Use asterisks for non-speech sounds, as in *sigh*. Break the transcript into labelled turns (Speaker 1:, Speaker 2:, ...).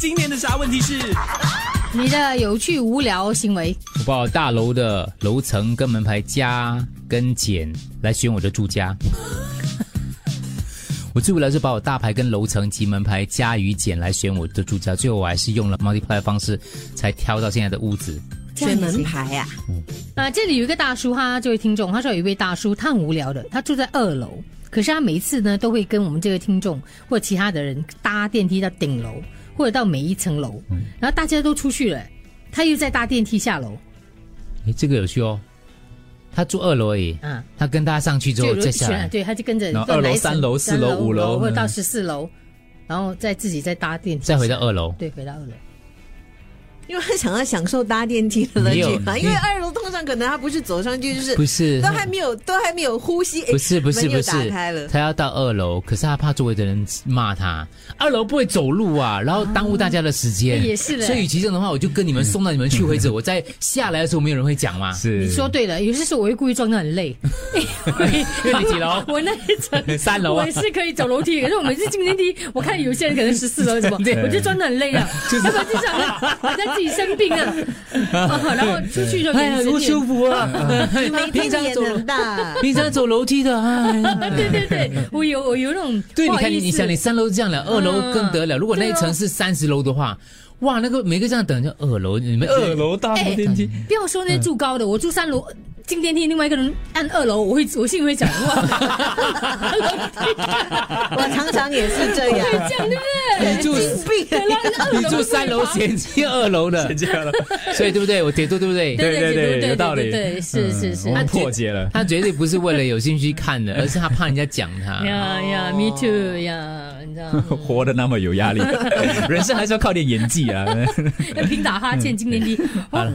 Speaker 1: 今年的啥问题是？
Speaker 2: 你的有趣无聊行为，
Speaker 3: 我报大楼的楼层跟门牌加跟减来选我的住家。 *laughs* 我最无聊是把我大牌跟楼层及门牌加与减来选我的住家，最后我还是用了 multiply 的方式才挑到现在的屋子。
Speaker 4: 选门牌呀、
Speaker 1: 嗯
Speaker 2: 啊，这里有一个大叔哈，这位听众，他说有一位大叔，他很无聊的，他住在二楼，可是他每一次呢都会跟我们这个听众或其他的人搭电梯到顶楼，或者到每一层楼，
Speaker 1: 嗯
Speaker 2: 然后大家都出去了，他又再搭电梯下楼，
Speaker 3: 诶，这个有趣哦。他住二楼而已，
Speaker 2: 嗯
Speaker 3: 他跟大家上去之后
Speaker 2: 就
Speaker 3: 再下
Speaker 2: 选了
Speaker 3: 来，
Speaker 2: 对，他就跟着
Speaker 1: 然后
Speaker 2: 到
Speaker 1: 二楼
Speaker 2: 哪一
Speaker 1: 三
Speaker 2: 层
Speaker 1: 楼四楼五楼
Speaker 2: 或者到
Speaker 1: 嗯
Speaker 2: 十四楼，然后再自己再搭电梯，
Speaker 3: 再回到二楼。
Speaker 2: 对，回到二楼。
Speaker 4: 因为他想要享受搭电梯的乐
Speaker 3: 没有
Speaker 4: 趣嘛。
Speaker 3: 你
Speaker 4: 因为二楼通常可能他不是走上去，就是
Speaker 3: 不是
Speaker 4: 都还没有都还没有呼吸，诶
Speaker 3: 不是不是
Speaker 4: 门又
Speaker 3: 不
Speaker 4: 打
Speaker 3: 是
Speaker 4: 开了，。
Speaker 3: 他要到二楼，可是他怕周围的人骂他，二楼不会走路啊，然后耽误大家的时间。
Speaker 2: 啊也是嘞
Speaker 3: 所以与其这样的话，我就跟你们送到你们去为止。我在下来的时候，没有人会讲嘛。
Speaker 1: 是
Speaker 2: 你说对了，有些时候我会故意撞到很累，？
Speaker 3: *laughs* 因为你几楼
Speaker 2: 我那一层
Speaker 3: 三楼啊
Speaker 2: 我也是可以走楼梯，可是我每次进电梯，我看有些人可能十四
Speaker 3: *laughs*
Speaker 2: 楼什么，我就真的很累啊，要不然就想啊好像自己生病
Speaker 3: *laughs*
Speaker 2: 了，啊然后出去就
Speaker 3: 哎呀，
Speaker 2: 眼神
Speaker 3: 多
Speaker 2: 也
Speaker 3: 舒服啊！
Speaker 4: 每
Speaker 3: *laughs* 平
Speaker 4: 天
Speaker 3: 常
Speaker 4: 也
Speaker 3: 走，
Speaker 4: 很大
Speaker 3: 平常走楼梯的，哎。
Speaker 2: 啊 *laughs* 对
Speaker 3: *laughs*
Speaker 2: 对对，我有我有那种
Speaker 3: 对，
Speaker 2: 不
Speaker 3: 你
Speaker 2: 好
Speaker 3: 看，
Speaker 2: 意思
Speaker 3: 你想，你三楼这样了，二楼更得了。如果那一层是三十楼的话，哇，那个每个这样等着二楼，你们
Speaker 1: *laughs* 二楼搭什么电梯？
Speaker 2: 不要说那住高的，我住三楼。进电梯，另外一个人按二楼，我会我心里会讲哇，
Speaker 3: *laughs*
Speaker 4: 我常常也是
Speaker 3: *laughs*
Speaker 4: 这
Speaker 2: 会
Speaker 4: 样。
Speaker 2: 这样对不对？
Speaker 3: 你住
Speaker 4: 神经病
Speaker 2: 对然后 *laughs* 二
Speaker 3: 你
Speaker 2: 楼
Speaker 3: 住
Speaker 2: 会
Speaker 3: 三楼
Speaker 2: 爬
Speaker 3: 衔接二楼的，
Speaker 1: 这样了，
Speaker 3: 所以对不对？我解读对不对？
Speaker 2: 哎 *laughs* 对
Speaker 1: 对对
Speaker 2: 对
Speaker 1: 有道理嗯
Speaker 2: 对，是是是
Speaker 1: 我，
Speaker 2: 啊
Speaker 1: 们破解了。
Speaker 3: 他绝对不是为了有兴趣看的，而是他怕人家讲他。
Speaker 2: 呀呀，me too 呀，你知道吗
Speaker 1: 活得那么
Speaker 2: *laughs*
Speaker 1: 有压力，人生还是要靠点演技啊！
Speaker 3: 嗯
Speaker 2: 要平打哈欠，今年你。哦